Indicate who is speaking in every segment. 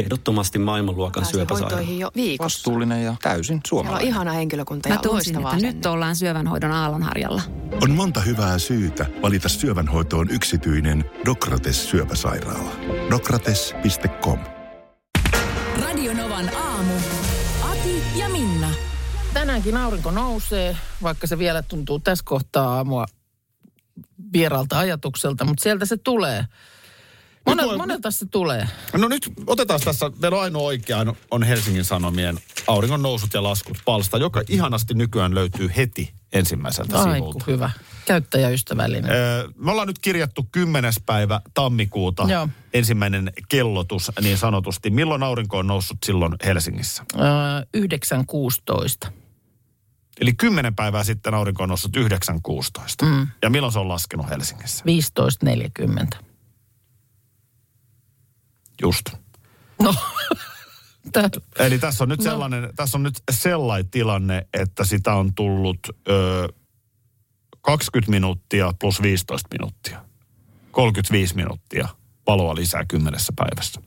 Speaker 1: Ehdottomasti maailmanluokan
Speaker 2: Pääsee
Speaker 1: syöpäsairaala.
Speaker 2: hoitoihin jo viikossa.
Speaker 3: Vastuullinen ja täysin
Speaker 2: Siellä on
Speaker 3: suomalainen.
Speaker 2: ihana henkilökunta ja
Speaker 4: Mä tunsin,
Speaker 2: loistavaa
Speaker 4: että nyt
Speaker 2: asenne.
Speaker 4: ollaan syövänhoidon aallonharjalla.
Speaker 5: On monta hyvää syytä valita syövänhoitoon yksityinen Dokrates syöpäsairaala. Dokrates.com
Speaker 6: Radionovan aamu. Ati ja Minna.
Speaker 7: Tänäänkin aurinko nousee, vaikka se vielä tuntuu tässä kohtaa aamua vieralta ajatukselta, mutta sieltä se tulee. Monel,
Speaker 8: voi-
Speaker 7: monelta se tulee.
Speaker 8: No nyt otetaan tässä, meillä on ainoa oikea on- on Helsingin Sanomien auringon nousut ja laskut palsta, joka ihanasti nykyään löytyy heti ensimmäiseltä
Speaker 7: Aiku,
Speaker 8: sivulta.
Speaker 7: hyvä. Käyttäjäystävällinen.
Speaker 8: Öö, Me ollaan nyt kirjattu 10. päivä tammikuuta
Speaker 7: Joo.
Speaker 8: kellotus niin sanotusti. Milloin aurinko on noussut silloin Helsingissä?
Speaker 7: Öö, 9.16.
Speaker 8: Eli 10 päivää sitten aurinko on noussut 9.16. Mm. Ja milloin se on laskenut Helsingissä?
Speaker 7: 15.40.
Speaker 8: Just.
Speaker 7: No, tää,
Speaker 8: Eli tässä on nyt sellainen, no. tässä on nyt sellainen tilanne, että sitä on tullut ö, 20 minuuttia plus 15 minuuttia. 35 minuuttia valoa lisää kymmenessä päivässä.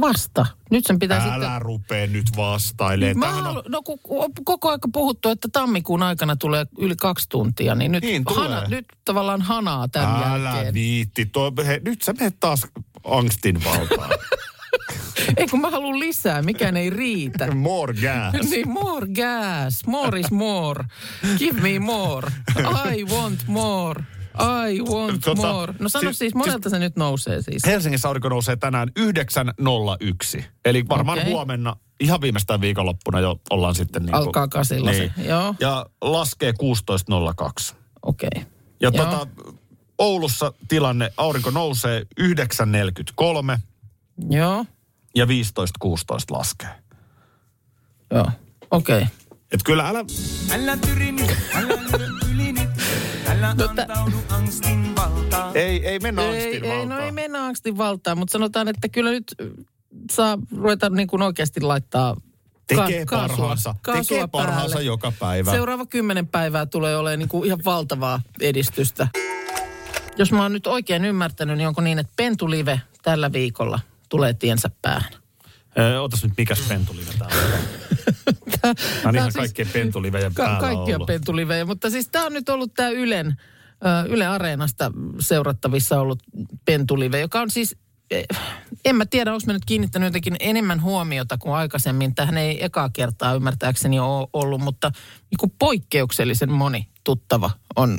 Speaker 7: vasta. Nyt sen pitää
Speaker 8: Älä
Speaker 7: sitten...
Speaker 8: rupee nyt vastailemaan.
Speaker 7: Mä
Speaker 8: Tämähän on-
Speaker 7: halu, no kun on koko aika puhuttu, että tammikuun aikana tulee yli kaksi tuntia, niin nyt,
Speaker 8: Niin, tulee.
Speaker 7: hana, nyt tavallaan hanaa tämän
Speaker 8: Älä niin.
Speaker 7: jälkeen.
Speaker 8: viitti. Tuo, he, nyt sä menet taas angstin valtaan.
Speaker 7: Ei kun mä haluan lisää, mikään ei riitä.
Speaker 8: More gas.
Speaker 7: Niin more gas, more is more, give me more, I want more, I want
Speaker 8: Tota,
Speaker 7: more. No sano siis,
Speaker 8: siis-
Speaker 7: siis monelta se nyt nousee siis.
Speaker 8: Helsingissä aurinko nousee tänään 9.01. Eli varmaan okay.
Speaker 7: Okei.
Speaker 8: huomenna, ihan viimeistään viikonloppuna jo ollaan sitten... Niin
Speaker 7: Alkaa kasilla se, joo.
Speaker 8: Ja laskee 16.02.
Speaker 7: Okei. Okay.
Speaker 8: Ja
Speaker 7: Joo.
Speaker 8: tota, Oulussa tilanne, aurinko nousee 9.43
Speaker 7: Joo,
Speaker 8: ja 15.16 laskee.
Speaker 7: joo, okei. Okay.
Speaker 8: Et kyllä älä... Ei, ei mennä
Speaker 7: Ei,
Speaker 8: angstin
Speaker 7: ei, no ei
Speaker 8: valtaan.
Speaker 7: mennä angstin valtaan, mutta sanotaan, että kyllä nyt mm, saa ruveta niin kuin oikeasti laittaa
Speaker 8: Tekee
Speaker 7: ka- kaasua,
Speaker 8: parhaansa.
Speaker 7: kaasua
Speaker 8: Tekee parhaansa
Speaker 7: päälle.
Speaker 8: joka päivä.
Speaker 7: Seuraava kymmenen päivää tulee olemaan niin kuin ihan valtavaa edistystä. Jos mä oon nyt oikein ymmärtänyt, niin onko niin, että pentulive tällä viikolla tulee tiensä päähän?
Speaker 8: Ö, Ootas nyt, mikäs pentulive täällä on. Tää on
Speaker 7: tää on
Speaker 8: ihan siis,
Speaker 7: siis-
Speaker 8: kaikkien pentulivejä
Speaker 7: Ka-
Speaker 8: päällä
Speaker 7: kaikkia
Speaker 8: ollut.
Speaker 7: pentulivejä, mutta siis tämä on nyt ollut tämä Ylen, ö, Yle Areenasta seurattavissa ollut pentulive, joka on siis, eh, en mä tiedä, onko mä nyt kiinnittänyt jotenkin enemmän huomiota kuin aikaisemmin. Tähän ei ekaa kertaa ymmärtääkseni ole ollut, mutta niin kuin poikkeuksellisen moni tuttava on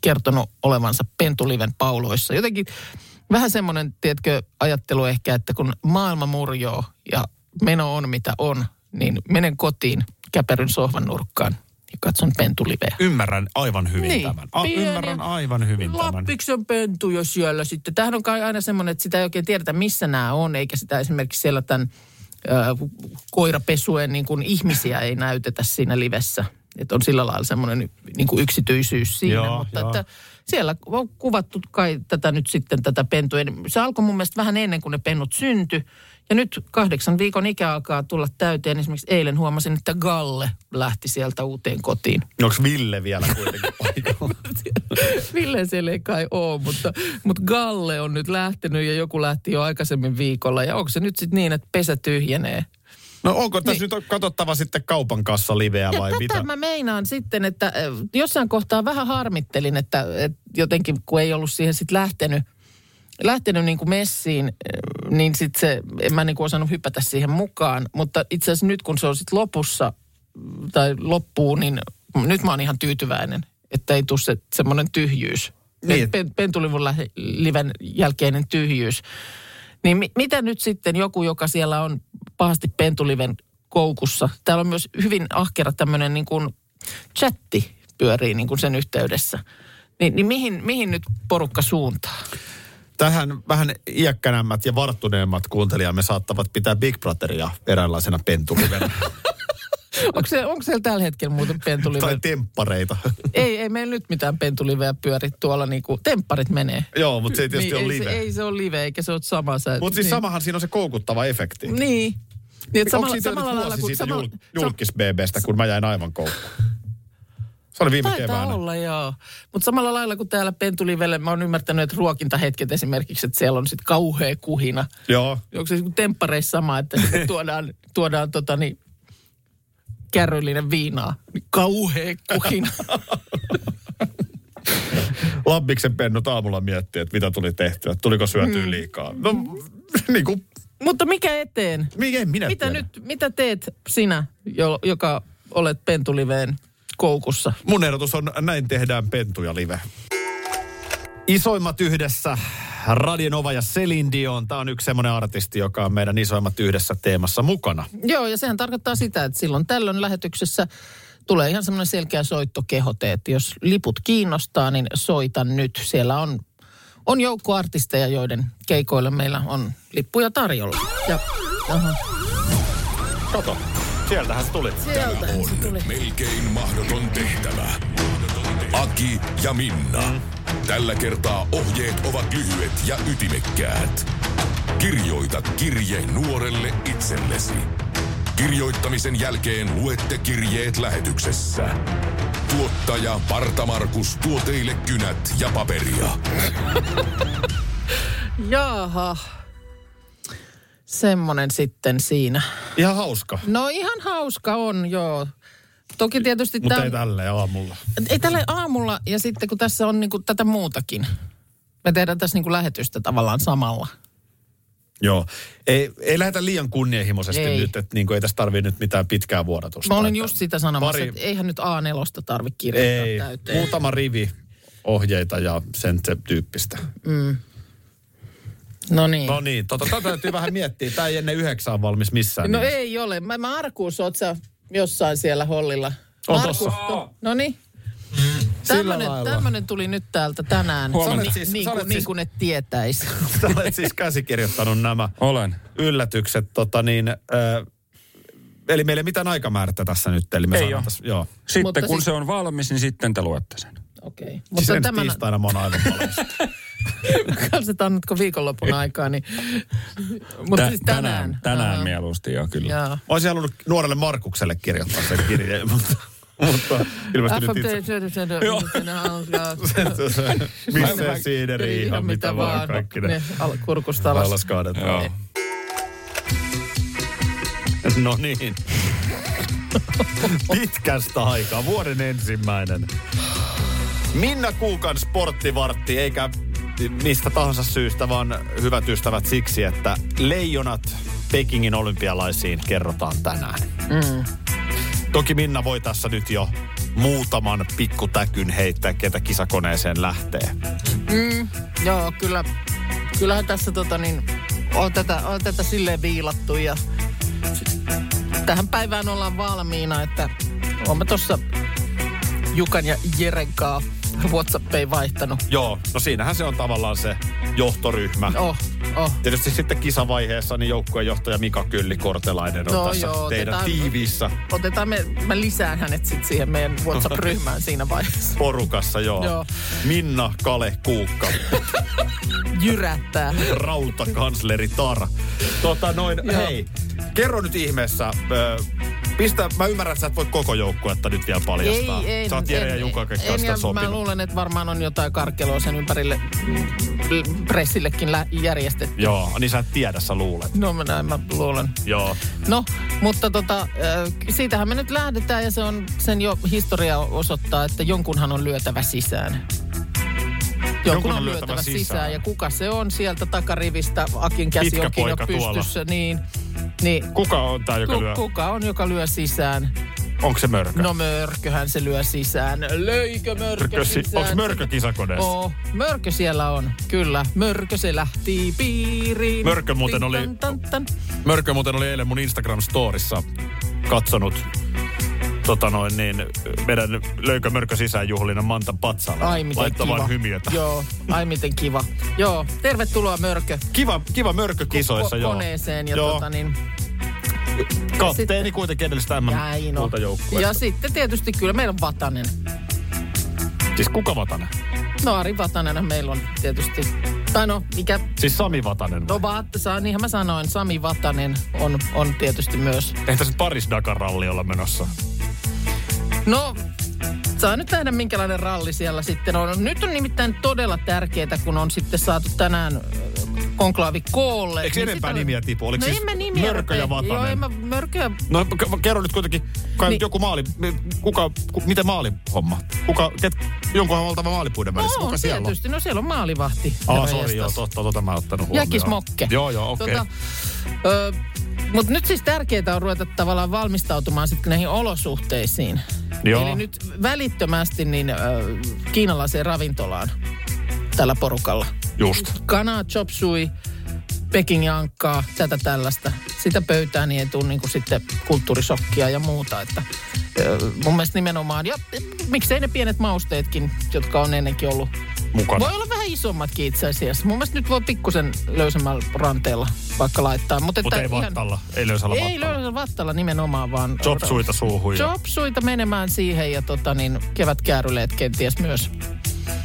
Speaker 7: kertonut olevansa pentuliven pauloissa. Jotenkin vähän semmoinen, tiedätkö, ajattelu ehkä, että kun maailma murjoo ja meno on mitä on, niin menen kotiin, käperyn sohvan nurkkaan ja katson pentuliveä.
Speaker 8: Ymmärrän aivan hyvin niin,
Speaker 7: Niin,
Speaker 8: tämän. A,
Speaker 7: pieniä
Speaker 8: ymmärrän aivan hyvin tämän.
Speaker 7: Lappiksen pentuja siellä sitten. Tämähän on kai aina semmoinen, että sitä ei oikein tiedetä, missä nämä on, eikä sitä esimerkiksi siellä tämän ö, koirapesuen niin kuin ihmisiä ei näytetä siinä livessä. Että on sillä lailla semmoinen niin kuin yksityisyys siinä,
Speaker 8: Joo,
Speaker 7: mutta
Speaker 8: joo.
Speaker 7: Että siellä on kuvattu kai tätä nyt sitten tätä pentujen. Se alkoi mun mielestä vähän ennen kuin ne pennut syntyi. Ja nyt kahdeksan viikon ikä alkaa tulla täyteen. Esimerkiksi eilen huomasin, että Galle lähti sieltä uuteen kotiin.
Speaker 8: Onko Ville vielä kuitenkin paikalla?
Speaker 7: Ville siellä ei kai ole, mutta, mutta Galle on nyt lähtenyt ja joku lähti jo aikaisemmin viikolla. Ja onko se nyt sitten niin, että pesä tyhjenee?
Speaker 8: No onko tässä niin. nyt katsottava sitten kaupan kanssa liveä
Speaker 7: Ja
Speaker 8: vai
Speaker 7: tätä
Speaker 8: mitä?
Speaker 7: mä meinaan sitten, että äh, jossain kohtaa vähän harmittelin, että, että jotenkin kun ei ollut siihen sitten lähtenyt, lähtenyt niin kuin messiin, äh, niin sitten se, en mä niin kuin osannut hypätä siihen mukaan. Mutta itse asiassa nyt kun se on sitten lopussa mm, tai loppuu, niin nyt mä oon ihan tyytyväinen, että ei tule se, semmoinen tyhjyys.
Speaker 8: Niin.
Speaker 7: Niin. Pen, pentulivun lähe, liven jälkeinen tyhjyys. Niin mi- mitä nyt sitten joku, joka siellä on pahasti pentuliven koukussa, täällä on myös hyvin ahkera tämmöinen niin kuin chatti pyörii niin kuin sen yhteydessä. Niin, niin mihin, mihin nyt porukka suuntaa?
Speaker 8: Tähän vähän iäkkänämmät ja varttuneemmat kuuntelijamme saattavat pitää Big Brotheria eräänlaisena pentulivenä.
Speaker 7: Onko, se, onko siellä tällä hetkellä muuten pentulive?
Speaker 8: tai temppareita.
Speaker 7: ei, ei meillä nyt mitään pentuliveä pyöri tuolla niin kuin, tempparit menee.
Speaker 8: Joo, mutta se ei tietysti
Speaker 7: niin,
Speaker 8: ole
Speaker 7: ei, se,
Speaker 8: live.
Speaker 7: ei se ole live, eikä se ole sama. sä-
Speaker 8: Mutta siis
Speaker 7: niin.
Speaker 8: samahan siinä on se koukuttava efekti.
Speaker 7: Niin. niin että
Speaker 8: Onko siis siitä nyt vuosi siitä
Speaker 7: sama-
Speaker 8: julkis-BBstä, kun mä jäin aivan koukkuun? Se oli viime
Speaker 7: Taitaa
Speaker 8: keväänä.
Speaker 7: olla, joo. Mutta samalla lailla kuin täällä Pentulivelle, mä oon ymmärtänyt, että ruokintahetket esimerkiksi, että siellä on sitten kauhea kuhina.
Speaker 8: Joo.
Speaker 7: Onko se niinku temppareissa sama, että sitten tuodaan, tuodaan tota niin, kärryllinen viinaa? Niin kauhea kuhina.
Speaker 8: Labbiksen pennut aamulla miettii, että mitä tuli tehtyä, että tuliko syötyä
Speaker 7: Mm.
Speaker 8: liikaa. No, niin kuin,
Speaker 7: Mutta mikä eteen?
Speaker 8: mi- en minä
Speaker 7: Mitä
Speaker 8: tiedä.
Speaker 7: nyt, mitä teet sinä, jo, joka olet Pentuliveen koukussa?
Speaker 8: Mun ehdotus on, näin tehdään pentuja live. Isoimmat yhdessä, Radionova ja Celine Dion. Tämä on yksi semmoinen artisti, joka on meidän isoimmat yhdessä teemassa mukana.
Speaker 7: Joo, ja sehän tarkoittaa sitä, että silloin tällöin lähetyksessä tulee ihan semmoinen selkeä soittokehote, että jos liput kiinnostaa, niin soita nyt. Siellä on, on joukko artisteja, joiden keikoilla meillä on lippuja tarjolla. Ja, aha,
Speaker 8: Kato, sieltähän se tuli.
Speaker 7: sieltähän se tuli.
Speaker 1: Melkein mahdoton tehtävä. Aki ja Minna. Tällä kertaa ohjeet ovat lyhyet ja ytimekkäät. Kirjoita kirje nuorelle itsellesi. Kirjoittamisen jälkeen luette kirjeet lähetyksessä. Tuottaja Parta Markus tuo teille kynät ja paperia.
Speaker 7: Jaaha. Semmonen sitten siinä.
Speaker 8: Ihan hauska,
Speaker 7: No ihan hauska on, joo. Toki tietysti
Speaker 8: mutta
Speaker 7: tää-
Speaker 8: ei tälleen aamulla.
Speaker 7: Ei tälle aamulla, ja sitten kun tässä on niinku tätä muutakin. Me tehdään tässä niinku lähetystä tavallaan samalla.
Speaker 8: Joo. Ei, ei lähdetä liian kunnianhimoisesti
Speaker 7: Ei.
Speaker 8: nyt, että niin kuin ei tässä tarvii nyt mitään pitkää vuodatusta.
Speaker 7: Mä olin
Speaker 8: Että
Speaker 7: just sitä sanomassa,
Speaker 8: pari-
Speaker 7: että eihän nyt A4 tarvitse kirjoittaa
Speaker 8: Ei,
Speaker 7: täyteen.
Speaker 8: muutama rivi ohjeita ja sen se tyyppistä.
Speaker 7: Mm. No niin.
Speaker 8: No niin, tota, tätä täytyy vähän miettiä. Tämä ei ennen yhdeksään valmis missään. niin
Speaker 7: No
Speaker 8: nimessä.
Speaker 7: ei ole. Mä, mä Arkuus, oot sä jossain siellä hollilla?
Speaker 8: On
Speaker 7: Markus,
Speaker 8: tossa.
Speaker 7: tu- No niin. Tämmönen,
Speaker 8: Mm. lailla.
Speaker 7: tämmönen tuli nyt täältä tänään.
Speaker 8: Huomenna.
Speaker 7: Sä olet
Speaker 8: Siis-
Speaker 7: niin,
Speaker 8: sä
Speaker 7: kuin,
Speaker 8: olet
Speaker 7: niin
Speaker 8: siis-
Speaker 7: kuin ne tietäis.
Speaker 8: Sä olet siis käsikirjoittanut nämä
Speaker 1: Olen.
Speaker 8: yllätykset. Tota niin, äh, eli meillä ei mitään aikamäärättä tässä nyt. Eli me
Speaker 1: Ei
Speaker 8: saadaan
Speaker 1: oo.
Speaker 8: tässä, joo. Siis
Speaker 1: Sitten
Speaker 7: Mutta
Speaker 1: kun
Speaker 7: sit-
Speaker 1: se on valmis, niin sitten te luette sen.
Speaker 7: Okei. Okay. Mutta
Speaker 8: ensi
Speaker 7: tämän
Speaker 8: Siis tiistaina mä oon aivan valmis.
Speaker 7: katsotaan nyt kun viikonlopun aikaa, niin... Mutta
Speaker 1: Tä-
Speaker 7: siis tänään.
Speaker 1: Tänään
Speaker 7: Joo.
Speaker 1: mieluusti, joo kyllä.
Speaker 7: Joo.
Speaker 8: Mä olisin halunnut nuorelle Markukselle kirjoittaa sen kirjeen, mutta, mutta ilmeisesti nyt itse. Se- se- se- Missä siideri, ihan mitä vaan, kaikki ne.
Speaker 7: no, Ne al- kurkusta alas.
Speaker 8: Allas kaadetaan.
Speaker 1: Joo.
Speaker 7: Niin.
Speaker 8: No niin. Pitkästä aikaa, vuoden ensimmäinen. Minna Kuukan sporttivartti, eikä mistä tahansa syystä, vaan hyvät ystävät siksi, että leijonat Pekingin olympialaisiin kerrotaan tänään. Mm. Toki Minna voi tässä nyt jo muutaman pikkutäkyn heittää, ketä kisakoneeseen lähtee.
Speaker 7: Mm. Joo, kyllä. Kyllähän tässä tota niin, on tätä, on tätä silleen viilattu ja tähän päivään ollaan valmiina, että olemme tuossa Jukan ja Jeren kaa Whatsappein vaihtanut.
Speaker 8: Joo, no siinähän se on tavallaan se johtoryhmä.
Speaker 7: Oh, oh.
Speaker 8: Tietysti sitten kisavaiheessa niin joukkueen johtaja Mika Kylli Kortelainen on
Speaker 7: No
Speaker 8: tässä
Speaker 7: joo,
Speaker 8: teidän
Speaker 7: otetaan-
Speaker 8: tiiviissä
Speaker 7: Otetaan me, mä lisään hänet sitten siihen meidän WhatsApp-ryhmään siinä vaiheessa.
Speaker 8: porukassa, joo.
Speaker 7: Joo.
Speaker 8: Minna Kale Kuukka,
Speaker 7: Jyrättää.
Speaker 8: rautakansleri Tara. Tota noin,
Speaker 7: Joo.
Speaker 8: hei, kerro nyt ihmeessä, ö, pistä, mä ymmärrän, että sä et voi koko joukkuetta nyt vielä paljastaa. sä oot Jere ja Jukan kanssa
Speaker 7: en, ja
Speaker 8: sopinut.
Speaker 7: Mä luulen, että varmaan on jotain karkelua sen ympärille mm, pressillekin lä- järjestetty.
Speaker 8: Joo, niin sä et tiedä, sä luulet.
Speaker 7: No mä näin, mä luulen.
Speaker 8: Joo.
Speaker 7: No, mutta tota, äh, siitähän me nyt lähdetään ja se on, sen jo historia osoittaa, että jonkunhan on lyötävä sisään. Jonkun on lyötävä sisään. sisään. Ja kuka se on sieltä takarivistä, Akin käsi
Speaker 8: Pitkä
Speaker 7: onkin jo
Speaker 8: poika tuolla.
Speaker 7: pystyssä, niin, niin
Speaker 8: Kuka on tää, joka
Speaker 7: ku,
Speaker 8: lyö?
Speaker 7: kuka on, joka lyö sisään?
Speaker 8: Onko se mörkö?
Speaker 7: No mörköhän se lyö sisään. Löikö mörkö sisään?
Speaker 8: Onko mörkö kisakoneessa?
Speaker 7: Oo, mörkö siellä on, kyllä. Mörkö se lähti piiriin.
Speaker 8: Mörkö muuten oli-
Speaker 7: Tin, Tan, tan, tan.
Speaker 8: Mörkö muuten oli eilen mun Instagram-storissa katsonut tota noin niin, meidän löykö mörkö sisäänjuhlina Mantan patsalle.
Speaker 7: Ai miten
Speaker 8: Laittavan
Speaker 7: kiva.
Speaker 8: hymiötä.
Speaker 7: Joo, ai miten kiva. Joo, tervetuloa Mörkö
Speaker 8: Kiva, kiva mörkö kisoissa,
Speaker 7: ko-
Speaker 8: joo.
Speaker 7: koneeseen. Ja
Speaker 8: joo.
Speaker 7: Tota niin,
Speaker 8: Kapteeni
Speaker 7: sitten-
Speaker 8: kuitenkin edellistä mm
Speaker 7: näin on. Ja
Speaker 8: joukkueesta.
Speaker 7: sitten tietysti kyllä meillä on Vatanen.
Speaker 8: Siis kuka Vatanen?
Speaker 7: No Ari Vatanenhan meillä on tietysti. Tai no, mikä...
Speaker 8: Siis Sami Vatanen. vai?
Speaker 7: No vaat, saa, niinhän mä sanoin, Sami Vatanen on, on tietysti myös
Speaker 8: Eihän tässä nyt Paris Dakar ralli olla menossa.
Speaker 7: No, Saa nyt nähdä, minkälainen ralli siellä sitten on. Nyt on nimittäin todella tärkeää, kun on sitten saatu tänään äh, konklaavi koolle.
Speaker 8: Eikö enempää
Speaker 7: sitä-
Speaker 8: nimiä tipu? Oliko
Speaker 7: no
Speaker 8: siis
Speaker 7: en mä nimiä
Speaker 8: Mörkö ja
Speaker 7: rupea-
Speaker 8: Vatanen?
Speaker 7: Joo, en mä mörköä...
Speaker 8: No k- kerro nyt kuitenkin, kai niin.
Speaker 7: Niin.
Speaker 8: joku maali, kuka, ku, miten maalihomma? Kuka, ket, jonkunhan on oltava maalipuiden välissä,
Speaker 7: No,
Speaker 8: kuka
Speaker 7: on
Speaker 8: siellä on?
Speaker 7: tietysti. No siellä on maalivahti.
Speaker 8: Ah,
Speaker 7: herra
Speaker 8: sori, joo,
Speaker 7: jestas.
Speaker 8: totta, tota mä en ottanut huomioon.
Speaker 7: Jakis Mokke.
Speaker 8: Joo, joo, okei.
Speaker 7: Tota,
Speaker 8: Okay.
Speaker 7: ö, mutta nyt siis tärkeää on ruveta tavallaan valmistautumaan sitten näihin olosuhteisiin.
Speaker 8: Joo.
Speaker 7: Eli nyt välittömästi niin ö, kiinalaiseen ravintolaan tällä porukalla.
Speaker 8: Just.
Speaker 7: Kanaa, chop sui, Peking jankkaa, tätä tällaista. Sitä pöytää niin ei tule niin sitten kulttuurisokkia ja muuta. Että, ö, mun mielestä nimenomaan, ja miksei ne pienet mausteetkin, jotka on ennenkin ollut
Speaker 8: Mukana.
Speaker 7: voi olla vähän isommatkin itse asiassa. Mun mielestä nyt voi pikkusen löysemmällä ranteella vaikka laittaa. Mutta
Speaker 8: Mutta ei vattalla, ei löysällä
Speaker 7: Ei
Speaker 8: vattalla.
Speaker 7: löysällä vattalla nimenomaan, vaan...
Speaker 8: Chopsuita suuhun ja
Speaker 7: Chopsuita menemään siihen ja tota niin, kevätkääryleet kenties myös.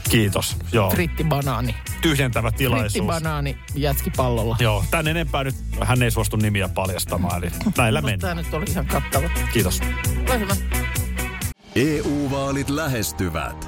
Speaker 8: kiitos. Joo.
Speaker 7: Frittibanaani.
Speaker 8: Tyhjentävä tilaisuus.
Speaker 7: Frittibanaani jätskipallolla.
Speaker 8: Joo, tän enempää nyt hän ei suostu nimiä paljastamaan, eli näillä
Speaker 7: Tämä
Speaker 8: mennään.
Speaker 7: nyt oli ihan kattava.
Speaker 8: Kiitos.
Speaker 7: Ole hyvä.
Speaker 2: EU-vaalit E lähestyvät.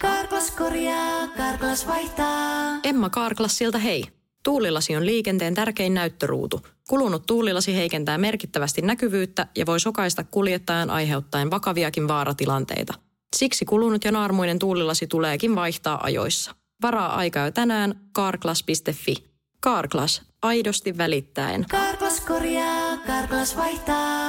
Speaker 3: Karklas korjaa, Karklas vaihtaa.
Speaker 4: Emma Karklas siltä hei. Tuulilasi on liikenteen tärkein näyttöruutu. Kulunut tuulilasi heikentää merkittävästi näkyvyyttä ja voi sokaista kuljettajan aiheuttaen vakaviakin vaaratilanteita. Siksi kulunut ja naarmuinen tuulilasi tuleekin vaihtaa ajoissa. Varaa aikaa jo tänään karklas.fi. Karklas, aidosti välittäen.
Speaker 3: Karklas korjaa, Karklas vaihtaa.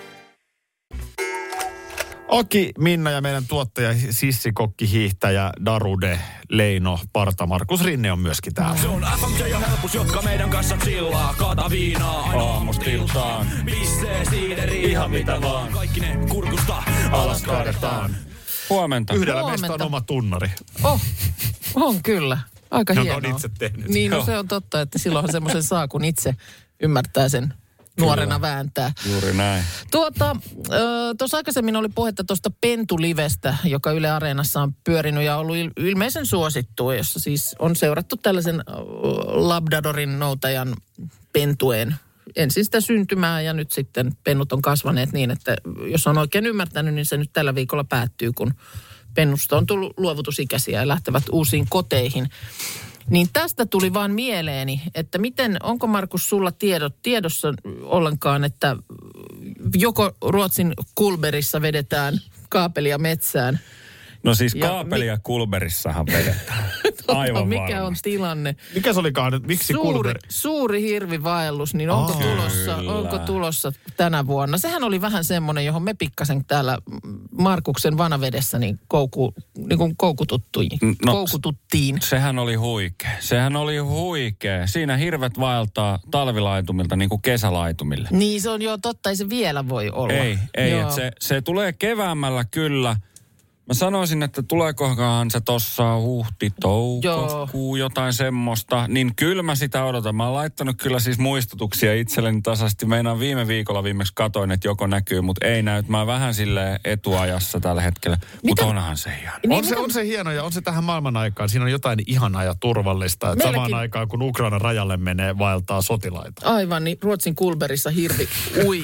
Speaker 8: Aki, Minna ja meidän tuottaja, sissikokki, hiihtäjä, Darude, Leino, Parta, Markus Rinne on myöskin täällä.
Speaker 9: Se on FMJ ja helpus, jotka meidän kanssa chillaa. Kaata viinaa aina aamusta iltaan. Pissee siideri, ihan mitä vaan. Kaikki ne kurkusta alas kaadetaan.
Speaker 1: Huomenta.
Speaker 8: Yhdellä
Speaker 7: Huomenta.
Speaker 8: meistä on oma tunnari,
Speaker 7: Oh, on kyllä. Aika
Speaker 8: jonka
Speaker 7: hienoa.
Speaker 8: on itse tehnyt.
Speaker 7: Niin, no
Speaker 8: Joo.
Speaker 7: se on totta, että silloinhan semmoisen saa, kun itse ymmärtää sen nuorena vääntää.
Speaker 1: Juuri näin.
Speaker 7: Tuota, ö, tuossa aikaisemmin oli puhetta tuosta Pentulivestä, joka Yle Areenassa on pyörinyt ja ollut il- ilmeisen suosittu, jossa siis on seurattu tällaisen ö, Labdadorin noutajan pentueen ensin sitä syntymää ja nyt sitten pennut on kasvaneet niin, että jos on oikein ymmärtänyt, niin se nyt tällä viikolla päättyy, kun pennusta on tullut luovutusikäisiä ja lähtevät uusiin koteihin. Niin tästä tuli vaan mieleeni, että miten, onko Markus sulla tiedot, tiedossa ollenkaan, että joko Ruotsin Kulberissa vedetään kaapelia metsään.
Speaker 1: No siis
Speaker 7: Ja
Speaker 1: kaapelia Kulberissahan vedetään.
Speaker 7: Tota,
Speaker 1: Aivan
Speaker 7: mikä
Speaker 1: varmasti.
Speaker 7: on tilanne?
Speaker 8: Mikä se olikaan nyt? Miksi
Speaker 7: suuri,
Speaker 8: Kulberi?
Speaker 7: suuri hirvivaellus, niin onko,
Speaker 8: Aa.
Speaker 7: tulossa,
Speaker 1: Kyllä.
Speaker 7: onko tulossa tänä vuonna? Sehän oli vähän semmoinen, johon me pikkasen täällä Markuksen vanavedessä niin, kouku, niin kuin koukututtiin.
Speaker 1: no,
Speaker 8: Mm,
Speaker 7: No, koukututtiin.
Speaker 1: Sehän oli huikea. Sehän oli huikea. Siinä hirvet vaeltaa talvilaitumilta niin kuin kesälaitumille.
Speaker 7: Niin se on jo totta, ei se vielä voi olla.
Speaker 1: Ei, ei.
Speaker 7: Joo.
Speaker 1: Et se, se tulee keväämällä kyllä. Mä sanoisin, että tuleekohan se tossa huhti, toukokuu, jotain semmoista. Niin kyllä mä sitä odotan. Mä oon laittanut kyllä siis muistutuksia itselleni tasaisesti. Meinaan viime viikolla viimeksi katoin, että joko näkyy, mutta ei näy. Mä oon vähän sille etuajassa tällä hetkellä. Mutta onhan se ihan.
Speaker 7: Niin,
Speaker 8: on, se,
Speaker 7: mitä-
Speaker 8: on se hieno ja on se tähän maailman aikaan. Siinä on jotain ihanaa ja turvallista. Että
Speaker 7: Meilläkin-
Speaker 8: samaan aikaan, kun Ukrainan rajalle menee, vaeltaa sotilaita.
Speaker 7: Aivan, niin Ruotsin Kulberissa hirvi ui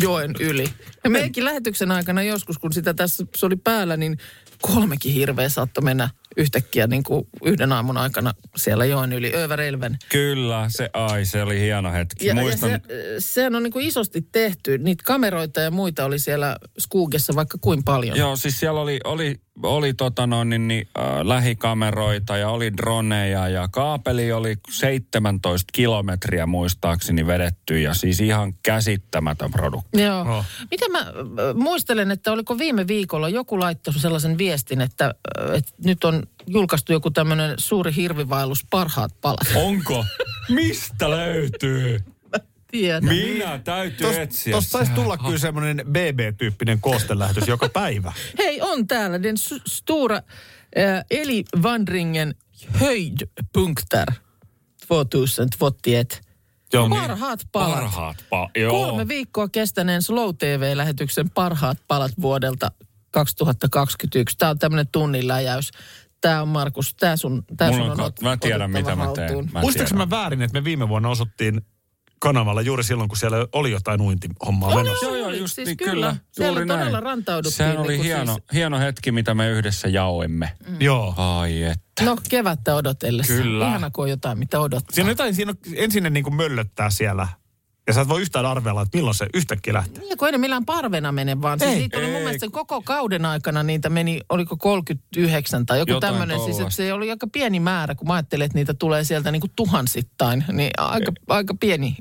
Speaker 7: joen yli. Ja meidänkin lähetyksen aikana joskus, kun sitä tässä se oli päällä, niin kolmekin hirveä saattoi mennä yhtäkkiä niin kuin yhden aamun aikana siellä joen yli Över Elven.
Speaker 1: Kyllä, se ai, se oli hieno hetki.
Speaker 7: Ja,
Speaker 1: Muistan,
Speaker 7: ja se, sehän on niin kuin isosti tehty. Niitä kameroita ja muita oli siellä Skoogessa vaikka kuin paljon.
Speaker 1: Joo, siis siellä oli, oli, oli tota noin, niin, niin, äh, lähikameroita ja oli droneja ja kaapeli oli 17 kilometriä muistaakseni vedetty ja siis ihan käsittämätön produkti.
Speaker 7: Joo. Oh. Mitä mä äh, muistelen, että oliko viime viikolla joku laittoi sellaisen viestin, että, äh, että nyt on julkaistu joku tämmöinen suuri hirvivaellus parhaat palat.
Speaker 1: Onko? Mistä löytyy?
Speaker 7: Tiedä.
Speaker 1: Minä täytyy etsiä.
Speaker 8: Tuossa taisi tulla kyllä semmoinen BB-tyyppinen koostelähetys joka päivä.
Speaker 7: Hei, on täällä den s- stora äh, Eli Vandringen höjdpunkter 2021.
Speaker 1: Joo, niin.
Speaker 7: Parhaat palat.
Speaker 1: Parhaat pa- joo.
Speaker 7: Kolme viikkoa kestäneen Slow TV-lähetyksen parhaat palat vuodelta 2021. Tämä on tämmöinen tunnin läjäys. Tämä on Markus, tämä sun, tää
Speaker 1: Mulla
Speaker 7: sun
Speaker 1: on
Speaker 7: on,
Speaker 1: ka-
Speaker 7: ot-
Speaker 1: mä tiedän,
Speaker 7: otettava
Speaker 1: mitä mä teen.
Speaker 7: haltuun.
Speaker 1: Mä
Speaker 8: Muistaaks
Speaker 1: tiedän.
Speaker 8: mä väärin, että me viime vuonna osuttiin kanavalla juuri silloin, kun siellä oli jotain uintihommaa
Speaker 7: Oli,
Speaker 8: menossa.
Speaker 1: Joo, joo,
Speaker 7: Oli,
Speaker 1: just
Speaker 7: siis
Speaker 1: niin,
Speaker 7: kyllä.
Speaker 1: kyllä.
Speaker 7: Siellä
Speaker 1: juuri
Speaker 7: todella
Speaker 1: näin.
Speaker 7: rantauduttiin
Speaker 1: Sehän
Speaker 7: niin
Speaker 1: oli
Speaker 7: kuin
Speaker 1: hieno,
Speaker 7: siis- Mm.
Speaker 1: hieno hetki, mitä me yhdessä jaoimme.
Speaker 8: Joo.
Speaker 1: Ai että.
Speaker 7: No kevättä odotellessa.
Speaker 1: Kyllä.
Speaker 7: Ihana, kun on jotain, mitä odottaa.
Speaker 8: Siinä on jotain, siinä on, ensin ne niin kuin möllöttää siellä. Ja sä et voi yhtään arvella, että milloin se yhtäkkiä lähtee.
Speaker 7: Niin, kun ei ne millään parvena mene vaan. Siis
Speaker 8: Ei.
Speaker 7: niitä oli mun
Speaker 1: Ei.
Speaker 7: mielestä koko kauden aikana niitä meni, oliko 39 tai joku
Speaker 1: Jotain
Speaker 7: tämmöinen. Siis että
Speaker 1: tollasta.
Speaker 7: se oli aika pieni määrä, kun mä ajattelin, että niitä tulee sieltä niinku tuhansittain. Niin aika, aika pieni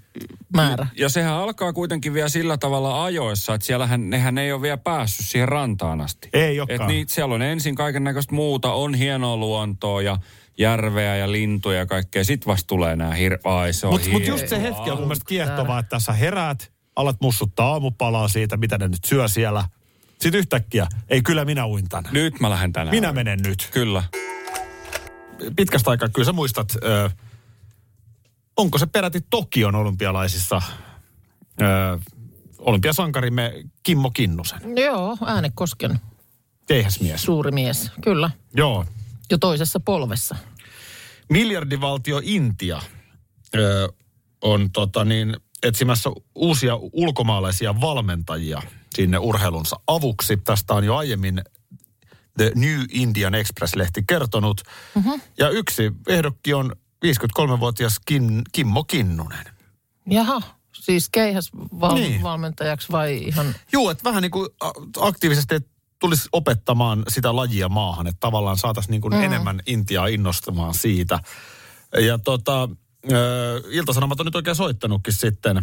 Speaker 7: määrä.
Speaker 1: Ja sehän alkaa kuitenkin vielä sillä tavalla ajoissa, että siellähän nehän ei ole vielä päässyt siihen rantaan asti.
Speaker 8: Ei
Speaker 1: Et
Speaker 8: olekaan.
Speaker 1: niitä, siellä on ensin kaiken näköistä muuta, on hienoa luontoa ja järveä ja lintuja ja kaikkea. Sitten vasta tulee nämä hir... Ai, se on
Speaker 8: Mutta mut
Speaker 1: hieno.
Speaker 8: just se hetki on mun mielestä kiehtovaa, että sä heräät, alat mussuttaa aamupalaa siitä, mitä ne nyt syö siellä. Sitten yhtäkkiä, ei kyllä minä uin tänään.
Speaker 1: Nyt mä lähden tänään.
Speaker 8: Minä menen nyt.
Speaker 1: Kyllä.
Speaker 8: Pitkästä aikaa kyllä sä muistat, ö, onko se peräti Tokion olympialaisissa ö, olympiasankarimme Kimmo Kinnusen.
Speaker 1: Niin.
Speaker 7: Joo, äänekosken
Speaker 8: Keihäs mies.
Speaker 7: suuri mies, kyllä.
Speaker 8: Joo.
Speaker 7: Jo toisessa polvessa.
Speaker 8: Miljardivaltio Intia ö, on tota niin, etsimässä uusia ulkomaalaisia valmentajia sinne urheilunsa avuksi. Tästä on jo aiemmin The New Indian Express-lehti kertonut. Mm-hmm. Ja yksi ehdokki on 53-vuotias Kim, Kimmo Kinnunen.
Speaker 7: Jaha, siis keihäs val-
Speaker 8: Niin.
Speaker 7: valmentajaksi vai ihan...
Speaker 8: Joo, että vähän niin kuin aktiivisesti tulisi opettamaan sitä lajia maahan, että tavallaan saataisiin niin kuin mm. enemmän Intiaa innostumaan siitä. Ja tota, ö, Iltasanomat on nyt oikein soittanutkin sitten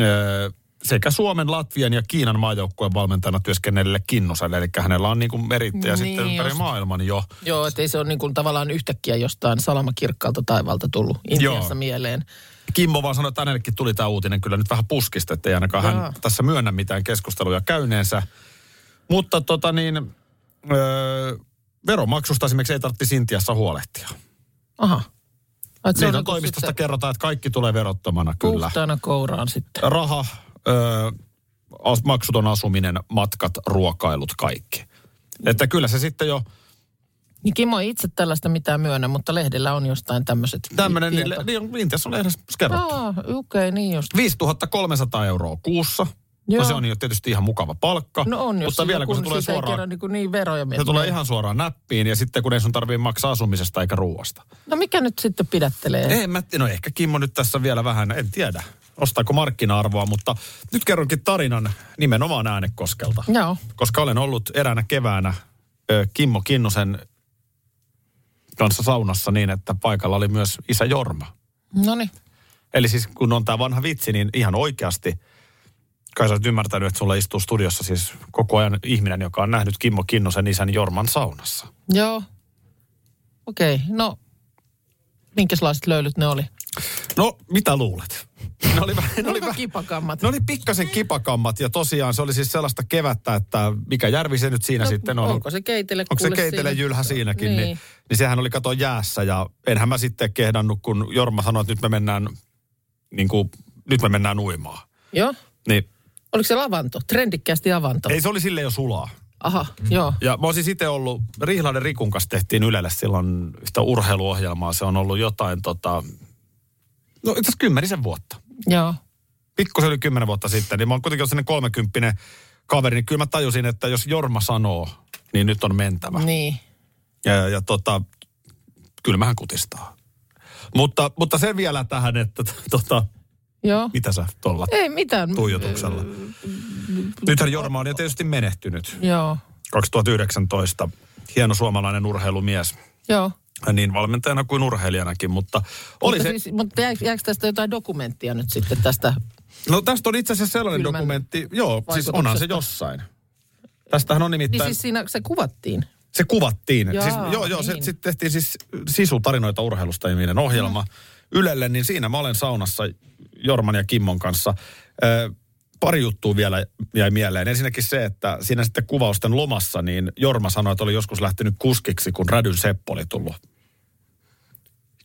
Speaker 8: ö, sekä Suomen, Latvian ja Kiinan maajoukkueen valmentajana työskennelle Kinnuselle, eli hänellä on niin kuin merittejä
Speaker 7: Niin
Speaker 8: niin sitten ympäri
Speaker 7: just.
Speaker 8: maailman jo.
Speaker 7: Joo, ettei se ole niin kuin tavallaan yhtäkkiä jostain salamakirkkaalta taivalta tullut Intiassa
Speaker 8: Joo.
Speaker 7: mieleen.
Speaker 8: Kimmo vaan sanoi, että hänellekin tuli tämä uutinen kyllä nyt vähän puskista, ettei ainakaan
Speaker 7: Joo.
Speaker 8: hän tässä myönnä mitään keskusteluja käyneensä. Mutta tota niin, öö, veromaksusta esimerkiksi ei tarvitsisi Intiassa huolehtia.
Speaker 7: Aha. Ai, että se on niinku
Speaker 8: Liiton Niin, no toimistosta
Speaker 7: sitten
Speaker 8: kerrotaan, että kaikki tulee verottomana kyllä.
Speaker 7: Puhtaana kouraan sitten.
Speaker 8: Raha, öö, as- maksuton asuminen, matkat, ruokailut, kaikki. Että kyllä se sitten jo
Speaker 7: Niin Kimmo ei itse tällaista mitään myönnä, mutta lehdellä on jostain tämmöiset
Speaker 8: tämmöinen, niin, niin Intiassa on lehdessä kerrottu.
Speaker 7: Aa, okei, okay, niin just.
Speaker 8: 5300 euroa kuussa.
Speaker 7: Joo.
Speaker 8: No se on jo tietysti ihan mukava palkka.
Speaker 7: No on, jos
Speaker 8: Mutta vielä kun se tulee
Speaker 7: siitä Ei
Speaker 8: suoraan,
Speaker 7: kerran niin, kuin niin veroja
Speaker 8: se
Speaker 7: miettiä.
Speaker 8: tulee ihan suoraan näppiin ja sitten kun ei sun tarvii maksaa asumisesta eikä ruuasta.
Speaker 7: No mikä nyt sitten pidättelee?
Speaker 8: Ei, mä, no ehkä Kimmo nyt tässä vielä vähän, en tiedä, ostaako markkina-arvoa, mutta nyt kerronkin tarinan nimenomaan äänekoskelta.
Speaker 7: Joo.
Speaker 8: Koska olen ollut eräänä keväänä ö, Kimmo Kinnusen kanssa saunassa niin, että paikalla oli myös isä Jorma.
Speaker 7: No niin.
Speaker 8: Eli siis kun on tämä vanha vitsi, niin ihan oikeasti, kai sä oot ymmärtänyt, että sulla istuu studiossa siis koko ajan ihminen, joka on nähnyt Kimmo Kinnusen isän Jorman saunassa.
Speaker 7: Joo. Okei, okay, no minkälaiset löylyt ne oli?
Speaker 8: No, mitä luulet? Ne oli, vähän- ne oli,
Speaker 7: Oliko
Speaker 8: vähän-
Speaker 7: kipakammat?
Speaker 8: ne oli pikkasen kipakammat ja tosiaan se oli siis sellaista kevättä, että mikä järvi se nyt siinä
Speaker 7: No,
Speaker 8: sitten on.
Speaker 7: onko se keitele
Speaker 8: Onko se
Speaker 7: kuule
Speaker 8: keitele
Speaker 7: siinä?
Speaker 8: jylhä siinäkin, niin.
Speaker 7: Niin.
Speaker 8: niin, niin sehän oli kato jäässä ja enhän mä sitten kehdannut, kun Jorma sanoi, että nyt me mennään, niin kuin, nyt me mennään uimaan.
Speaker 7: Joo.
Speaker 8: Niin,
Speaker 7: Oliko se lavanto? Trendikkäästi avanto.
Speaker 8: ei se oli sille jo sulaa.
Speaker 7: Aha, joo.
Speaker 8: Ja mä oon siis itse ollut, Rihlainen Rikun kanssa tehtiin Ylelle silloin yhtä urheiluohjelmaa. Se on ollut jotain tota, no itse asiassa kymmenisen vuotta.
Speaker 7: Joo.
Speaker 8: Pikku se oli kymmenen vuotta sitten, niin mä oon kuitenkin ollut sellainen kolmekymppinen kaveri, niin kyllä mä tajusin, että jos Jorma sanoo, niin nyt on mentävä.
Speaker 7: Niin.
Speaker 8: Ja, ja tota, kylmähän kutistaa. Mutta, mutta sen vielä tähän, että tota,
Speaker 7: Joo.
Speaker 8: mitä sä tuolla
Speaker 7: Ei mitään.
Speaker 8: tuijotuksella. Nythän Jorma on jo tietysti menehtynyt.
Speaker 7: Joo.
Speaker 8: 2019 hieno suomalainen urheilumies,
Speaker 7: Joo.
Speaker 8: niin valmentajana kuin urheilijanakin, mutta oli
Speaker 7: mutta,
Speaker 8: se...
Speaker 7: siis, mutta jääkö, jääkö tästä jotain dokumenttia nyt sitten tästä?
Speaker 8: No tästä on itse asiassa sellainen
Speaker 7: Kylmän
Speaker 8: dokumentti, joo, siis onhan se
Speaker 7: vaikutuksesta.
Speaker 8: jossain. Tästähän on
Speaker 7: Niin
Speaker 8: nimittäin...
Speaker 7: siis siinä se kuvattiin.
Speaker 8: Se kuvattiin. Joo,
Speaker 7: Jaa,
Speaker 8: siis, joo, joo niin.
Speaker 7: niin.
Speaker 8: sitten tehtiin siis sisutarinoita urheilusta niminen ohjelma mm. Ylelle, niin siinä mä olen saunassa Jorman ja Kimmon kanssa. Ö, pari juttua vielä jäi mieleen. Ensinnäkin se, että siinä sitten kuvausten lomassa, niin Jorma sanoi, että oli joskus lähtenyt kuskiksi, kun Rädyn Seppo oli tullut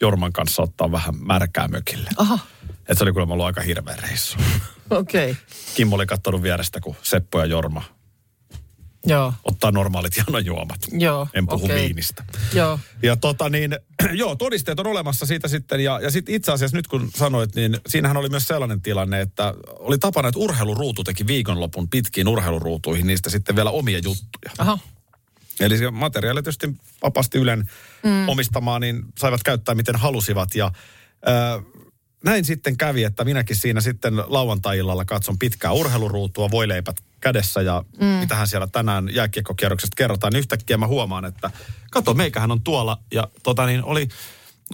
Speaker 8: Jorman kanssa ottaa vähän märkää mökille.
Speaker 7: Aha,
Speaker 8: Et se oli kyllä ollut aika hirveä reissu.
Speaker 7: okei. Okay.
Speaker 8: Kimmo oli katsonut vierestä, kun Seppo ja Jorma
Speaker 7: Joo,
Speaker 8: ottaa normaalit janajuomat.
Speaker 7: Joo,
Speaker 8: en puhu
Speaker 7: okei.
Speaker 8: viinistä.
Speaker 7: joo.
Speaker 8: Ja tota niin, joo, todisteet on olemassa siitä sitten. Ja, ja sitten itse asiassa nyt kun sanoit, niin siinähän oli myös sellainen tilanne, että oli tapana, että urheiluruutu teki viikonlopun pitkiin urheiluruutuihin niistä sitten vielä omia juttuja.
Speaker 7: Aha,
Speaker 8: Eli se materiaali tietysti vapaasti Ylen mm. omistamaa, niin saivat käyttää miten halusivat. Ja ää, näin sitten kävi, että minäkin siinä sitten lauantai-illalla katson pitkää urheiluruutua, voileipät kädessä ja mm. mitähän siellä tänään jääkiekkokierroksesta kerrotaan. Niin Yhtäkkiä mä huomaan, että kato, meikähän on tuolla ja tota niin oli...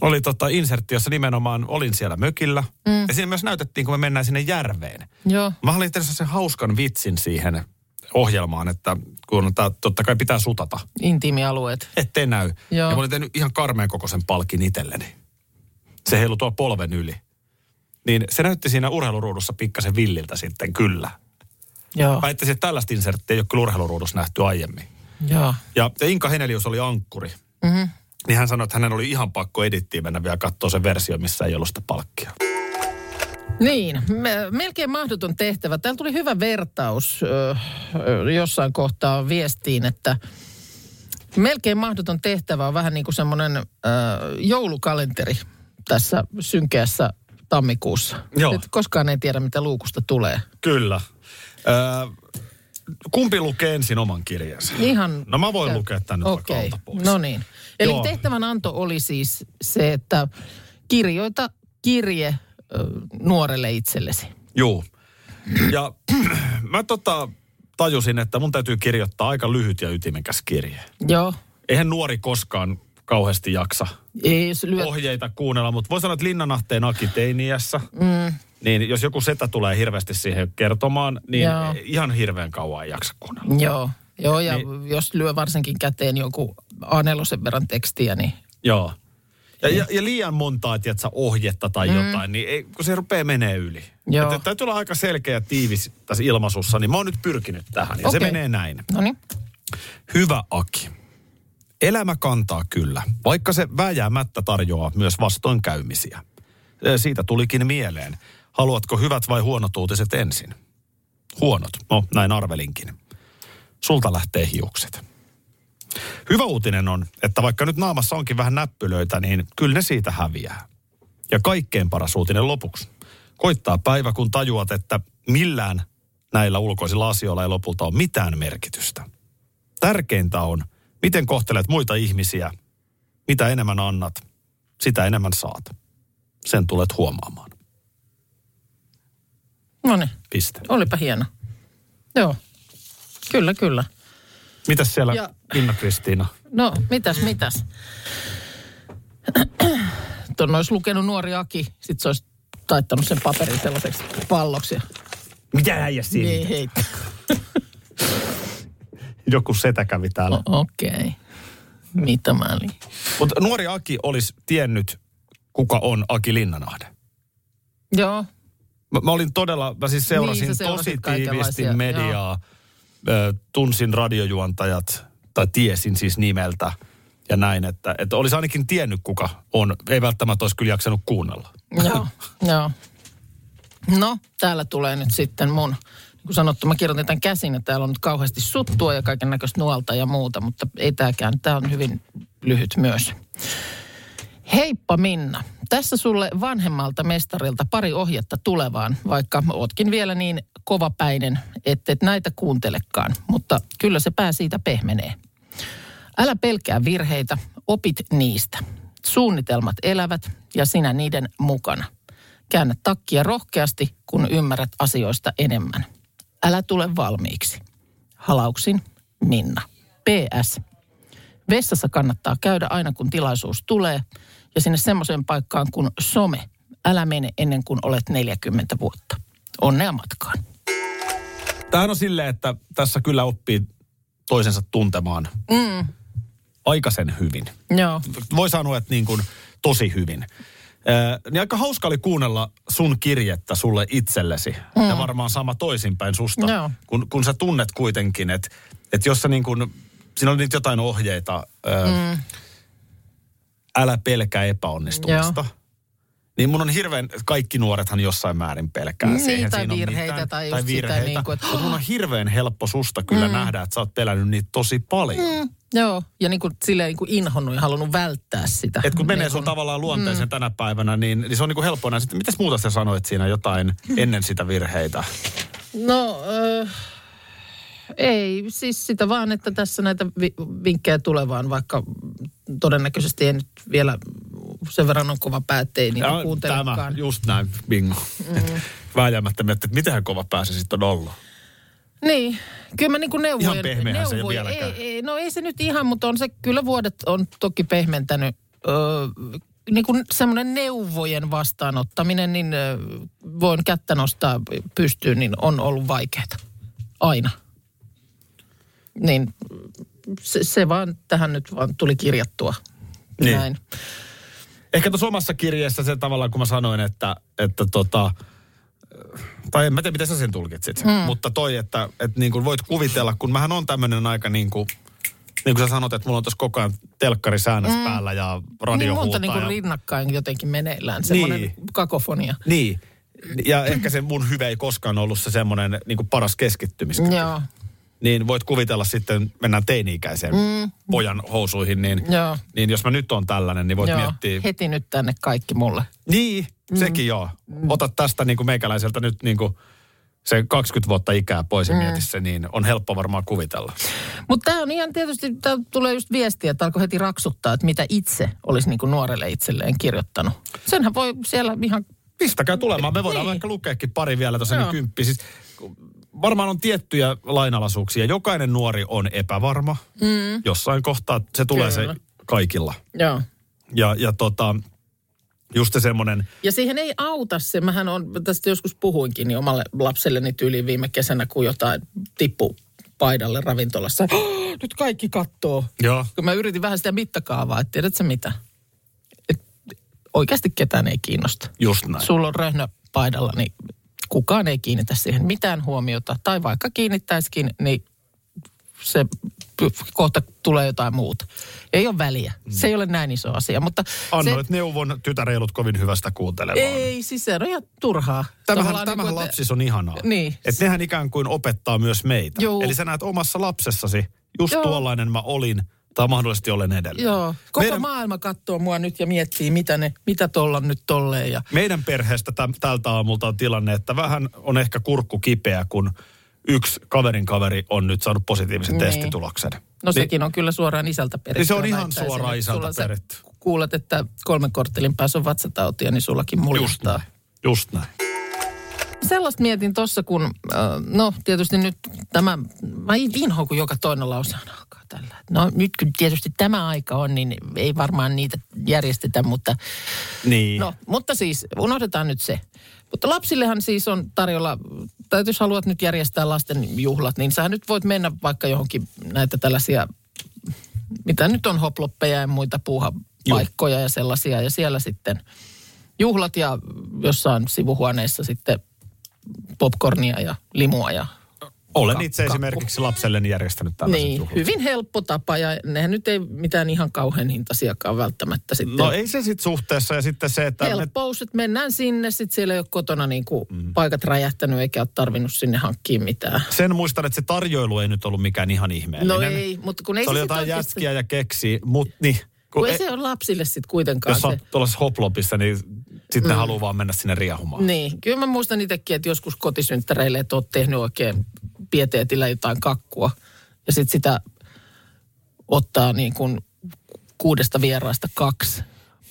Speaker 8: Oli tota insertti, jossa nimenomaan olin siellä mökillä. Mm. Ja siinä myös näytettiin, kun me mennään sinne järveen.
Speaker 7: joo.
Speaker 8: Mä olin tehnyt sen hauskan vitsin siihen ohjelmaan, että kun tää totta kai pitää sutata,
Speaker 7: Intiimialueet.
Speaker 8: ettei näy.
Speaker 7: Joo.
Speaker 8: Ja mä olin tehnyt ihan karmeen kokoisen palkin itselleni. Se heilu tuolla polven yli. Niin se näytti siinä urheiluruudussa pikkasen villiltä sitten kyllä.
Speaker 7: Joo,
Speaker 8: Väittäisin, että tällaista inserttiä ei ole kyllä urheiluruudussa nähty aiemmin.
Speaker 7: joo.
Speaker 8: Ja, ja Inka Henelius oli ankkuri.
Speaker 7: Mhm.
Speaker 8: Niin hän sanoi, että hänen oli ihan pakko edittiin mennä vielä katsoa sen versio, missä ei ollut sitä palkkia.
Speaker 7: Niin, me- melkein mahdoton tehtävä. Täällä tuli hyvä vertaus ö, ö, jossain kohtaa viestiin, että melkein mahdoton tehtävä on vähän niin kuin semmoinen ö, joulukalenteri tässä synkeässä tammikuussa.
Speaker 8: Joo.
Speaker 7: Et koskaan ei tiedä, mitä luukusta tulee.
Speaker 8: Kyllä. Öö, kumpi lukee ensin oman kirjansa?
Speaker 7: Niin Ihan...
Speaker 8: No mä voin lukea tämän nyt vaikka
Speaker 7: Okei,
Speaker 8: alta pois.
Speaker 7: no niin. Eli
Speaker 8: Joo.
Speaker 7: tehtävänanto oli siis se, että kirjoita kirje ö, nuorelle itsellesi.
Speaker 8: Juu. Ja mä tota tajusin, että mun täytyy kirjoittaa aika lyhyt ja ytimekäs kirje.
Speaker 7: Joo.
Speaker 8: Eihän nuori koskaan kauheasti jaksa
Speaker 7: Ei, jos lyöt...
Speaker 8: ohjeita kuunnella, mutta voi sanoa, että Linnanahteen Aki teiniässä, mm. niin jos joku setä tulee hirveästi siihen kertomaan, niin
Speaker 7: Joo.
Speaker 8: ihan hirveän kauan ei jaksa kuunnella.
Speaker 7: Joo, joo ja
Speaker 8: Niin-
Speaker 7: niin. jos lyö varsinkin käteen joku a verran tekstiä, niin
Speaker 8: Joo. Ja, ja, ja liian montaa, tiedätkö, ohjetta tai mm. jotain, niin ei, kun se rupeaa menee yli.
Speaker 7: Joo.
Speaker 8: Että täytyy olla aika selkeä ja tiivis tässä ilmaisussa, niin mä oon nyt pyrkinyt tähän. Ja okay. se
Speaker 7: Okei.
Speaker 8: menee näin.
Speaker 7: no niin.
Speaker 8: Hyvä Aki. Elämä kantaa kyllä, vaikka se vääjäämättä tarjoaa myös vastoinkäymisiä. Ö, Siitä tulikin mieleen. Haluatko hyvät vai huonot uutiset ensin? Huonot. No, näin arvelinkin. Sulta lähtee hiukset. Hyvä uutinen on, että vaikka nyt naamassa onkin vähän näppylöitä, niin kyllä ne siitä häviää. Ja kaikkein paras uutinen lopuksi. Koittaa päivä, kun tajuat, että millään näillä ulkoisilla asioilla ei lopulta ole mitään merkitystä. Tärkeintä on, miten kohtelet muita ihmisiä. Mitä enemmän annat, sitä enemmän saat. Sen tulet huomaamaan.
Speaker 7: No niin,
Speaker 8: Piste.
Speaker 7: olipa hieno. Joo, kyllä, kyllä.
Speaker 8: Mitäs siellä,
Speaker 7: Ja-
Speaker 8: Minna Kristiina?
Speaker 7: No, mitäs, mitäs? Tuon olisi lukenut nuori Aki, sit se olisi taittanut sen paperin sellaiseksi palloksi. ja-
Speaker 8: Mitä äijä
Speaker 7: Niin, hei.
Speaker 8: Joku setä kävi täällä.
Speaker 7: O- Okei. Okay. Mitä mä olin?
Speaker 8: Mutta nuori Aki olisi tiennyt, kuka on Aki Linnanahde.
Speaker 7: Joo,
Speaker 8: Mä, mä olin todella, mä siis seurasin
Speaker 7: Niin, sä
Speaker 8: niin,
Speaker 7: seurasit
Speaker 8: tosi tiiviisti
Speaker 7: kaikenlaisia,
Speaker 8: mediaa. Ö, tunsin radiojuontajat, tai tiesin siis nimeltä ja näin, että, että olisi ainakin tiennyt kuka on. Ei välttämättä olisi kyllä jaksanut kuunnella.
Speaker 7: Joo, joo. No, täällä tulee nyt sitten mun, niin kuin sanottu, mä kirjoitin tämän käsin, että täällä on nyt kauheasti suttua ja kaiken näköistä nuolta ja muuta, mutta ei tääkään, tää on hyvin lyhyt myös. Heippa Minna. Tässä sulle vanhemmalta mestarilta pari ohjetta tulevaan, vaikka ootkin vielä niin kovapäinen, ettei näitä kuuntelekaan, mutta kyllä se pää siitä pehmenee. Älä pelkää virheitä, opit niistä. Suunnitelmat elävät ja sinä niiden mukana. Käännä takkia rohkeasti, kun ymmärrät asioista enemmän. Älä tule valmiiksi. Halauksin Minna. PS. Vessassa kannattaa käydä aina, kun tilaisuus tulee ja sinne semmoiseen paikkaan kuin some. Älä mene ennen kuin olet 40 vuotta. Onnea matkaan.
Speaker 8: Tämähän on silleen, että tässä kyllä oppii toisensa tuntemaan
Speaker 7: Mm,
Speaker 8: aikaisen hyvin.
Speaker 7: joo.
Speaker 8: Voi sanoa, että niin kuin tosi hyvin. Ee, niin aika hauska oli kuunnella sun kirjettä sulle itsellesi. Mm. Ja varmaan sama toisinpäin susta.
Speaker 7: Joo.
Speaker 8: Kun, kun sä tunnet kuitenkin, että että jos sä niin kuin, siinä oli nyt jotain ohjeita, ö, mm. älä pelkää epäonnistumista. Joo. Niin mun on hirveän, kaikki nuorethan jossain määrin pelkää.
Speaker 7: Niin,
Speaker 8: Siihen
Speaker 7: tai
Speaker 8: siinä on
Speaker 7: virheitä
Speaker 8: mitään,
Speaker 7: tai
Speaker 8: tai
Speaker 7: just sitä
Speaker 8: virheitä.
Speaker 7: niin kuin, että-
Speaker 8: Mut mun on hirveän helppo susta kyllä mm. nähdä, että sä oot pelännyt niitä tosi paljon. Mm.
Speaker 7: Joo, ja niin kuin silleen niin kuin inhonnut ja halunnut välttää sitä.
Speaker 8: Et kun menee
Speaker 7: Niin
Speaker 8: sun
Speaker 7: kuin-
Speaker 8: tavallaan luonteeseen mm. tänä päivänä, niin, niin se on niinku helppo näin. Sitten mitäs muuta sä sanoit siinä jotain ennen sitä virheitä?
Speaker 7: No, äh, ei, siis sitä vaan, että tässä näitä vi- vinkkejä tulevaan, vaikka todennäköisesti ei nyt vielä sen verran on kova niin pää, ettei niitä
Speaker 8: Ja
Speaker 7: kuuntelekaan.
Speaker 8: just näin, bingo. Mm. Vääjäämättä miettii, että mitähän kova pääsi sitten on ollut.
Speaker 7: Niin, kyllä mä niin kuin neuvoja...
Speaker 8: Ihan pehmeähän se ei ole
Speaker 7: neuvoja-
Speaker 8: vieläkään.
Speaker 7: Ei, ei, no ei se nyt ihan, mutta on se, kyllä vuodet on toki pehmentänyt. Öö, niin kuin semmoinen neuvojen vastaanottaminen, niin öö, voin kättä nostaa pystyyn, niin on ollut vaikeaa. Aina. Niin se, se vaan tähän nyt vaan tuli kirjattua.
Speaker 8: Niin.
Speaker 7: Näin.
Speaker 8: Ehkä tuossa omassa kirjeessä se tavallaan, kun mä sanoin, että, että tota, tai en mä tiedä, miten sä sen tulkitsit, mm. mutta toi, että, että niin kuin voit kuvitella, kun mähän on tämmöinen aika niin kuin, niin kuin sä sanot, että mulla on tuossa koko ajan telkkarisäännös mm. niinku päällä ja radio
Speaker 7: Niin monta niin
Speaker 8: huutaa
Speaker 7: kuin
Speaker 8: ja-
Speaker 7: rinnakkain jotenkin meneillään, semmoinen
Speaker 8: Niin.
Speaker 7: kakofonia.
Speaker 8: Niin. Ja ehkä se mun hyvä ei koskaan ollut se semmoinen niin paras keskittymiskyky.
Speaker 7: Joo,
Speaker 8: Niin voit kuvitella sitten, mennään teini-ikäiseen mm. pojan housuihin, niin,
Speaker 7: Joo.
Speaker 8: niin jos mä nyt on tällainen, niin voit
Speaker 7: joo.
Speaker 8: Joo. miettiä.
Speaker 7: heti Mm. nyt tänne kaikki mulle.
Speaker 8: Niin, sekin joo. Ota tästä niin kuin meikäläiseltä nyt niin kuin se 20 vuotta ikää pois ja mm. mieti se, niin on helppo varmaan kuvitella.
Speaker 7: Mutta tämä on ihan tietysti, tää tulee just viestiä, että alkoi heti raksuttaa, että mitä itse olisi niinku nuorelle itselleen kirjoittanut. Senhän voi siellä ihan,
Speaker 8: Pistäkää tulemaan. Me voidaan
Speaker 7: Niin.
Speaker 8: vaikka lukeekin pari vielä tuossa niin
Speaker 7: Joo.
Speaker 8: kymppi. Siis, varmaan on tiettyjä lainalaisuuksia. Jokainen nuori on epävarma. Mm. Jossain kohtaa se tulee Kyllä.
Speaker 7: Kyllä.
Speaker 8: se kaikilla.
Speaker 7: joo.
Speaker 8: Ja, ja tota, just se semmoinen,
Speaker 7: Ja siihen ei auta se, mähän on, tästä joskus puhuinkin niin omalle lapselleni tyyliin viime kesänä, kun jotain tippu paidalle ravintolassa. Nyt kaikki kattoo.
Speaker 8: Joo.
Speaker 7: Kun mä yritin vähän sitä mittakaavaa, että tiedätkö mitä? Et oikeasti ketään ei kiinnosta.
Speaker 8: just näin.
Speaker 7: sulla on röhnä paidalla, niin kukaan ei kiinnitä siihen mitään huomiota. Tai vaikka kiinnittäisikin, niin se p- kohta tulee jotain muuta. Ei ole väliä. Se ei ole näin iso asia, mutta
Speaker 8: Mm. Annoit
Speaker 7: se,
Speaker 8: se... neuvon, tytär ei ollut kovin hyvästä kuuntelemaan.
Speaker 7: ei siis se on ihan turhaa.
Speaker 8: Tämähän,
Speaker 7: Tavallaan niin
Speaker 8: tämähän
Speaker 7: kuin, että-
Speaker 8: lapsis on ihanaa.
Speaker 7: Niin.
Speaker 8: Että nehän ikään kuin opettaa myös meitä.
Speaker 7: Juu.
Speaker 8: Eli sä näet omassa lapsessasi, just
Speaker 7: Joo.
Speaker 8: tuollainen mä olin, tai mahdollisesti olen edelleen.
Speaker 7: Joo, koko
Speaker 8: Meidän-
Speaker 7: maailma katsoo mua nyt ja miettii, mitä, ne, mitä tolla nyt tolleen. Ja,
Speaker 8: Meidän perheestä täm, tältä aamulta on tilanne, että vähän on ehkä kurkku kipeä, kun yksi kaverin kaveri on nyt saanut positiivisen
Speaker 7: Niin.
Speaker 8: testituloksen.
Speaker 7: no sekin on kyllä suoraan isältä perittyä.
Speaker 8: Niin se on ihan
Speaker 7: väittäisin,
Speaker 8: suoraan
Speaker 7: että
Speaker 8: isältä
Speaker 7: sulla sä
Speaker 8: peritty.
Speaker 7: Kuulet, että kolmen korttelin päässä on vatsatautia, niin sullakin
Speaker 8: Just
Speaker 7: muljastaa.
Speaker 8: näin. Just näin.
Speaker 7: sellaista mietin tuossa, kun, äh, no tietysti nyt tämä, mä inhoan, kun joka toinen lause on alkaa tällä. että No nyt kun tietysti tämä aika on, niin ei varmaan niitä järjestetä, mutta
Speaker 8: Niin.
Speaker 7: no, mutta siis unohdetaan nyt se. Mutta lapsillehan siis on tarjolla, tai jos haluat nyt järjestää lasten juhlat, niin sä nyt voit mennä vaikka johonkin näitä tällaisia, mitä nyt on hoploppeja ja muita puuhapaikkoja ja sellaisia, ja siellä sitten juhlat ja jossain sivuhuoneissa sitten popcornia ja limua ja
Speaker 8: Olen itse
Speaker 7: kakku.
Speaker 8: esimerkiksi lapselleni järjestänyt tällaiset
Speaker 7: niin,
Speaker 8: juhlat.
Speaker 7: hyvin helppo tapa ja nehän nyt ei mitään ihan kauhean hintasiakaan välttämättä sitten.
Speaker 8: No ei se sitten suhteessa ja sitten se, että... Me,
Speaker 7: Helppous, että mennään sinne, sitten siellä ei ole kotona niinku
Speaker 10: Mm-hmm.
Speaker 7: mm. paikat räjähtänyt eikä ole tarvinnut sinne hankkia mitään.
Speaker 8: sen muistan, että se tarjoilu ei nyt ollut mikään ihan ihmeellinen.
Speaker 7: No ei, mutta kun ei
Speaker 8: se oli
Speaker 7: sit
Speaker 8: jotain
Speaker 7: oikeasti-
Speaker 8: jätkiä ja keksiä, mutta niin.
Speaker 7: Kun
Speaker 10: e-
Speaker 7: ei, se ole lapsille sitten kuitenkaan
Speaker 8: jos
Speaker 7: se.
Speaker 8: sä oot tuollaisessa hoplopissa, niin sitten mm. ne haluaa vaan mennä sinne riehumaan.
Speaker 7: Niin, kyllä mä muistan itsekin, että joskus kotisynttäreille, että oot tehnyt oikein pieteetillä jotain kakkua. Ja sitten sitä ottaa niin kuin kuudesta vieraasta kaksi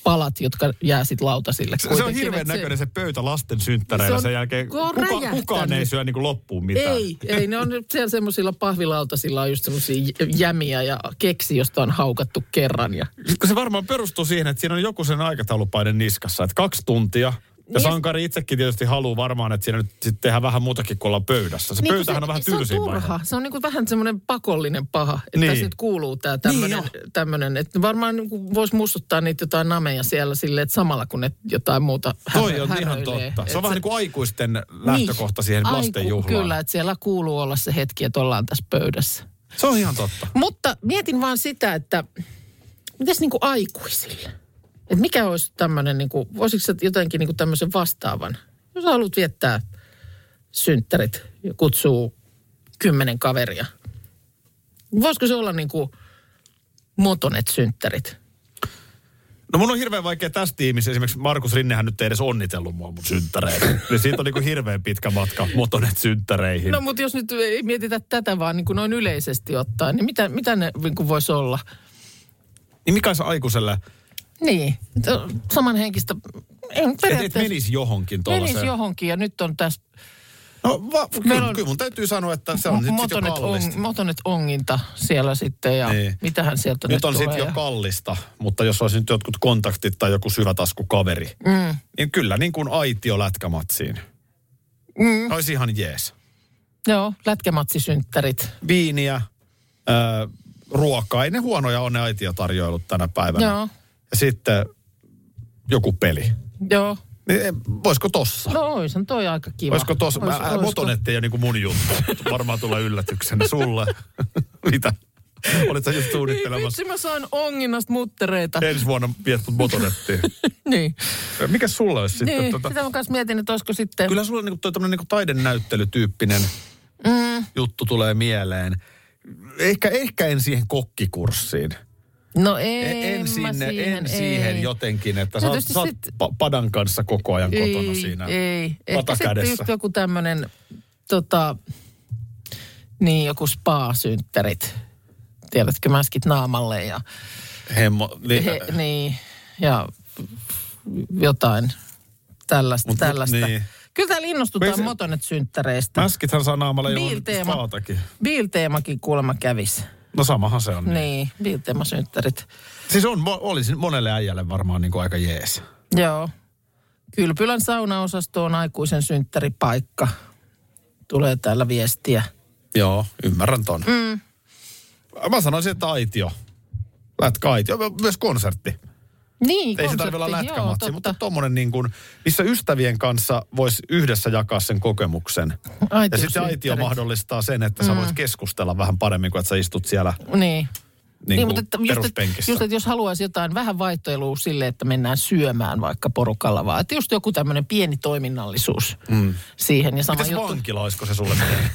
Speaker 7: palat, jotka jää sitten lautasille.
Speaker 10: Se, se on
Speaker 7: kuitenkin,
Speaker 10: hirveän
Speaker 7: että se-
Speaker 10: näköinen se pöytä lasten synttäreillä
Speaker 7: Se on-
Speaker 10: sen jälkeen.
Speaker 7: kun on
Speaker 10: Kuka, kukaan
Speaker 7: räjähtänyt.
Speaker 10: ei syö niin kuin loppuun mitään.
Speaker 7: Ei, ei, ne on siellä semmoisilla pahvilautasilla on just semmoisia jämiä ja keksi, josta on haukattu kerran. Ja...
Speaker 8: Sitten kun se varmaan perustuu siihen, että siinä on joku sen aikataulupaine niskassa, että kaksi tuntia. Ja
Speaker 7: Niin.
Speaker 8: Sankari itsekin tietysti haluaa varmaan, että siinä nyt sitten tehdään vähän muutakin kuin ollaan pöydässä. Se
Speaker 7: Niin kun
Speaker 8: pöytähän on vähän
Speaker 7: se on
Speaker 8: tylsin
Speaker 7: turha.
Speaker 8: vaihe.
Speaker 7: Se on niin vähän semmoinen pakollinen paha. Että niin.
Speaker 8: Niin.
Speaker 7: tässä nyt kuuluu tämä tämmöinen. Niin tämmönen, että varmaan niin voisi muistuttaa niitä jotain nameja siellä silleen, että samalla kun ne jotain muuta
Speaker 8: Toi
Speaker 7: härö-
Speaker 8: on ihan
Speaker 7: häröilee.
Speaker 8: totta.
Speaker 7: Et Niin.
Speaker 8: Se on vähän niin kuin aikuisten lähtökohta siihen
Speaker 7: Aiku-
Speaker 8: lasten juhlaan.
Speaker 7: Kyllä, että siellä kuuluu olla se hetki, että ollaan tässä pöydässä.
Speaker 8: Se on ihan totta.
Speaker 7: Mutta mietin vaan sitä, että mitäs niinku aikuisille? Et mikä olisi tämmöinen, niinku, voisiko sä jotenkin niinku tämmöisen vastaavan? Jos sä haluat viettää synttärit ja kutsuu kymmenen kaveria. Voisiko se olla niinku motonet synttärit?
Speaker 8: No mun on hirveän vaikea tässä tiimissä. Esimerkiksi Markus Rinnehän nyt ei edes onnitellut mua mun synttäreillä. niin siitä on niin kuin hirveän pitkä matka motonet synttäreihin.
Speaker 7: No mutta jos nyt ei mietitä tätä vaan niinku noin yleisesti ottaen, niin mitä, mitä ne niinku voisi olla?
Speaker 8: Niin mikä se aikuiselle,
Speaker 7: Niin, to- samanhenkistä. Ei,
Speaker 8: että et menisi johonkin
Speaker 7: menisi
Speaker 8: tuollaiseen?
Speaker 7: johonkin ja nyt on tässä
Speaker 8: No va,
Speaker 7: Meillä
Speaker 8: kyllä,
Speaker 7: on-
Speaker 8: kyllä mun täytyy sanoa, että se on
Speaker 7: Mo-
Speaker 8: nyt sit jo
Speaker 7: motonet,
Speaker 8: kallista.
Speaker 7: on, motonet onginta siellä sitten ja niin.
Speaker 8: Niin.
Speaker 7: mitähän sieltä nyt,
Speaker 8: Nyt on
Speaker 7: tulee.
Speaker 8: sitten jo
Speaker 7: ja-
Speaker 8: kallista, mutta jos olisi nyt jotkut kontaktit tai joku syvätaskukaveri, mm. niin kyllä niin kuin aitio lätkämatsiin. Mm. Olisi ihan jees.
Speaker 7: Joo, lätkämatsisynttärit.
Speaker 8: Viiniä, ö, ruokaa, ei ne huonoja on ne aitiotarjoilut tänä päivänä.
Speaker 7: Joo.
Speaker 8: Ja sitten joku peli.
Speaker 7: Joo,
Speaker 8: Niin, eh, voisiko tossa?
Speaker 7: no oishan toi aika kiva.
Speaker 8: Olisiko tossa?
Speaker 7: Ois-
Speaker 8: Ois,
Speaker 7: oisko?
Speaker 8: Motonetti ei ole niinku mun juttu. Varmaan tulee yllätyksenä sulle. Mitä? Olit sä just
Speaker 7: Ei,
Speaker 8: suunnittelemassa
Speaker 7: vitsi, mä sain onginnasta muttereita.
Speaker 8: ensi vuonna viettut motonettiin.
Speaker 7: niin,
Speaker 8: Mikä sulla olisi sitten?
Speaker 7: niin.
Speaker 8: tota-
Speaker 7: sitä mä kanssa mietin, että olisiko sitten...
Speaker 8: Kyllä sulla niinku toi tämmönen niinku taidenäyttelytyyppinen mm. juttu tulee mieleen. Ehkä, ehkä en siihen kokkikurssiin.
Speaker 7: No
Speaker 8: E-
Speaker 7: ei,
Speaker 8: en,
Speaker 7: mä
Speaker 8: sinne,
Speaker 7: siihen,
Speaker 8: en siihen
Speaker 7: ei.
Speaker 8: jotenkin, että
Speaker 7: No
Speaker 8: sä oot,
Speaker 7: tietysti
Speaker 8: sä oot
Speaker 7: sit-
Speaker 8: pa- padan kanssa koko ajan
Speaker 7: ei,
Speaker 8: kotona siinä.
Speaker 7: Ei, ehkä sitten
Speaker 8: vatakädessä.
Speaker 7: just joku tämmönen, tota, niin joku spa-synttärit. Tiedätkö, mäskit naamalle ja...
Speaker 8: Hemmo, li-
Speaker 7: He, niin, ja jotain tällaista.
Speaker 8: Mut- mut
Speaker 7: tällaista.
Speaker 8: niin.
Speaker 7: Kyllä täällä innostutaan
Speaker 8: Kun ei se-
Speaker 7: motonet synttäreistä.
Speaker 8: Mäskithän saa naamalla ilman
Speaker 7: Biilteema.
Speaker 8: spaatakin.
Speaker 7: Bilteemakin kuulemma kävis.
Speaker 8: No samahan se on. Niin.
Speaker 7: Niin, Bilteema synttärit.
Speaker 8: Siis on, mo- olisi monelle äijälle varmaan niinku aika jees.
Speaker 7: Joo. Kylpylän saunaosasto on aikuisen synttäripaikka. Tulee täällä viestiä.
Speaker 8: Joo, ymmärrän ton. Mm. Mä sanoisin, että aitio. Lätkä aitio, myös konsertti.
Speaker 7: Niin,
Speaker 8: Ei se tarvitse olla
Speaker 7: konsertti, joo,
Speaker 8: lätkämatsi, mutta
Speaker 7: totta.
Speaker 8: tuommoinen niin kuin, missä ystävien kanssa voisi yhdessä jakaa sen kokemuksen. Ja
Speaker 7: Aitiosynttärit.
Speaker 8: sitten se aitio mahdollistaa sen, että
Speaker 7: Mm.
Speaker 8: sä voit keskustella vähän paremmin kuin että sä istut siellä
Speaker 7: Niin.
Speaker 8: niin
Speaker 7: niin,
Speaker 8: niin,
Speaker 7: mutta että just, että,
Speaker 8: peruspenkissä.
Speaker 7: just, että jos haluaisi jotain vähän vaihtelua sille, että mennään syömään vaikka porukalla, vaan että just joku tämmöinen pieni toiminnallisuus mm. siihen. Ja sama
Speaker 8: Mitäs
Speaker 7: juttu.
Speaker 8: vankila, olisiko se sulle? mieleen?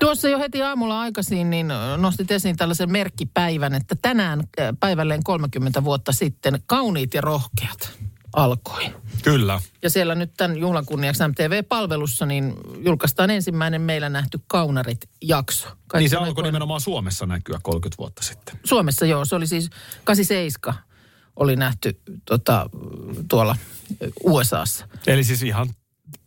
Speaker 7: Tuossa jo heti aamulla aikaisin niin ö, nostit esiin tällaisen merkkipäivän, että tänään ö, päivälleen 30 vuotta sitten Kauniit ja rohkeat alkoi.
Speaker 8: Kyllä.
Speaker 7: Ja siellä nyt tämän juhlan kunniaksi MTV-palvelussa niin julkaistaan ensimmäinen meillä nähty Kaunarit-jakso. Kaikki
Speaker 8: Niin se
Speaker 7: nämä
Speaker 8: alkoi
Speaker 7: kolme-
Speaker 8: nimenomaan Suomessa näkyä 30 vuotta sitten.
Speaker 7: Suomessa joo, se oli siis 87 oli nähty tota, tuolla USAssa.
Speaker 8: Eli siis ihan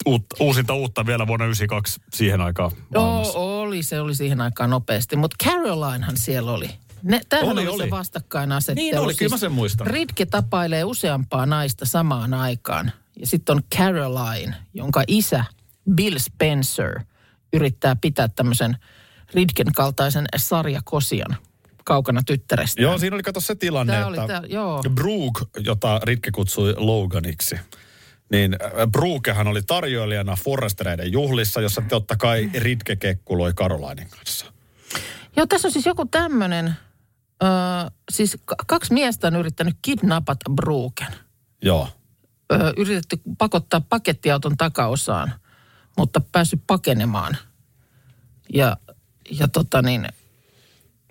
Speaker 8: uutta, uusinta uutta vielä vuonna 92 siihen aikaan
Speaker 7: Joo,
Speaker 8: maailmassa.
Speaker 7: oli, se oli siihen aikaan nopeasti, mutta Carolinehan siellä oli. Ne, tämähän oli,
Speaker 8: Oli,
Speaker 7: oli, oli se
Speaker 8: oli.
Speaker 7: vastakkainasettelu. Siis
Speaker 8: Niin oli, kyllä mä sen muistan.
Speaker 7: Ritke tapailee useampaa naista samaan aikaan. Ja sitten on Caroline, jonka isä Bill Spencer yrittää pitää tämmöisen Ritken kaltaisen sarjakosian kaukana tyttärestä.
Speaker 8: Joo, siinä oli kato se tilanne,
Speaker 7: Tää
Speaker 8: tää
Speaker 7: oli
Speaker 8: että
Speaker 7: tää- joo.
Speaker 8: Brooke, jota Ritke kutsui Loganiksi, niin äh, Brookehan oli tarjoilijana Forrestereiden juhlissa, jossa totta kai Ritke kekkuloi Karolainen kanssa.
Speaker 7: Joo, tässä on siis joku tämmöinen, öö, siis k- kaksi miestä on yrittänyt kidnapata Brooken.
Speaker 8: Joo.
Speaker 7: Öö, yritetty pakottaa pakettiauton takaosaan, mutta päässyt pakenemaan. Ja, ja tota niin,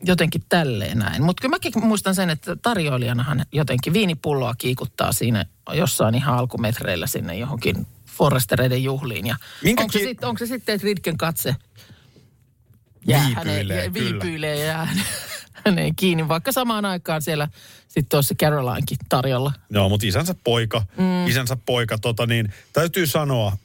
Speaker 7: jotenkin tälleen näin. Mutta kyllä mäkin muistan sen, että tarjoilijanahan jotenkin viinipulloa kiikuttaa siinä jossain ihan alkumetreillä sinne johonkin Forrestereiden juhliin. Ja
Speaker 8: Minkä
Speaker 7: onko, se
Speaker 8: ki-
Speaker 7: sit, onko se sitten, että Ritken katse jää
Speaker 8: Viipyilee,
Speaker 7: häneen,
Speaker 8: kyllä.
Speaker 7: viipyilee ja jää häneen kiinni, vaikka samaan aikaan siellä sitten tuossa Carolinekin tarjolla.
Speaker 8: Joo, mutta isänsä poika, mm. isänsä poika, tota niin, täytyy sanoa,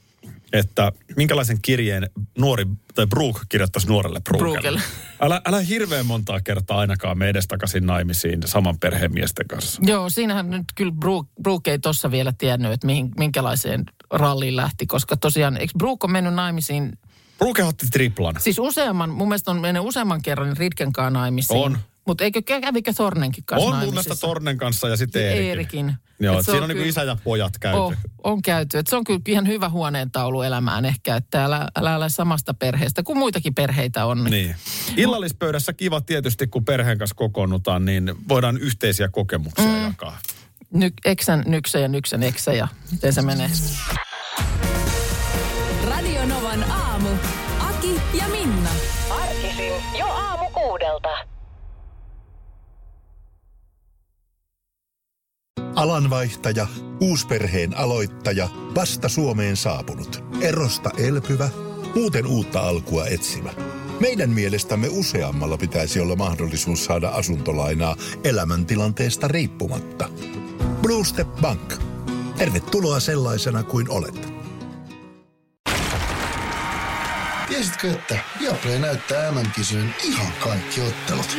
Speaker 8: että minkälaisen kirjeen nuori, tai Brooke kirjoittaisi nuorelle Brookelle.
Speaker 7: Brookelle.
Speaker 8: Älä, älä hirveän montaa kertaa ainakaan mene edestakaisin naimisiin saman perheen miesten kanssa.
Speaker 7: Joo, siinähän nyt kyllä Brooke, Brooke ei tuossa vielä tiennyt, että mihin, minkälaiseen ralliin lähti, koska tosiaan, eikö Brooke on mennyt naimisiin,
Speaker 8: Brooke otti triplan.
Speaker 7: siis useamman, mun mielestä on mennyt useamman kerran Ritkenkaan naimisiin.
Speaker 8: On.
Speaker 7: Mutta eikö kä- kävikö Thornenkin kanssa
Speaker 8: On mun
Speaker 7: naimisissa?
Speaker 8: mielestä Tornen kanssa ja sitten Eerikin.
Speaker 7: Eerikin.
Speaker 8: Joo,
Speaker 7: Et
Speaker 8: et
Speaker 7: se
Speaker 8: siinä on,
Speaker 7: on
Speaker 8: niinku
Speaker 7: kyllä-
Speaker 8: isä ja pojat käyty.
Speaker 7: Oh, on käyty. Et se on kyllä ihan hyvä huoneentaulu elämään ehkä, että älä, älä ole samasta perheestä, kun muitakin perheitä on.
Speaker 8: Niin. Illallispöydässä kiva tietysti, kun perheen kanssa kokoonnutaan, niin voidaan yhteisiä kokemuksia mm. jakaa.
Speaker 7: Ny, eksän nykse ja nyksen eksä ja miten se menee.
Speaker 6: Radio Novan aamu. Aki ja Minna.
Speaker 11: Alanvaihtaja, uusperheen aloittaja, vasta Suomeen saapunut, erosta elpyvä, muuten uutta alkua etsimä. Meidän mielestämme useammalla pitäisi olla mahdollisuus saada asuntolainaa elämäntilanteesta riippumatta. Blue Step Bank. Tervetuloa sellaisena kuin olet. Tiesitkö, että Viaplay näyttää MM-kisojen ihan kaikki ottelut?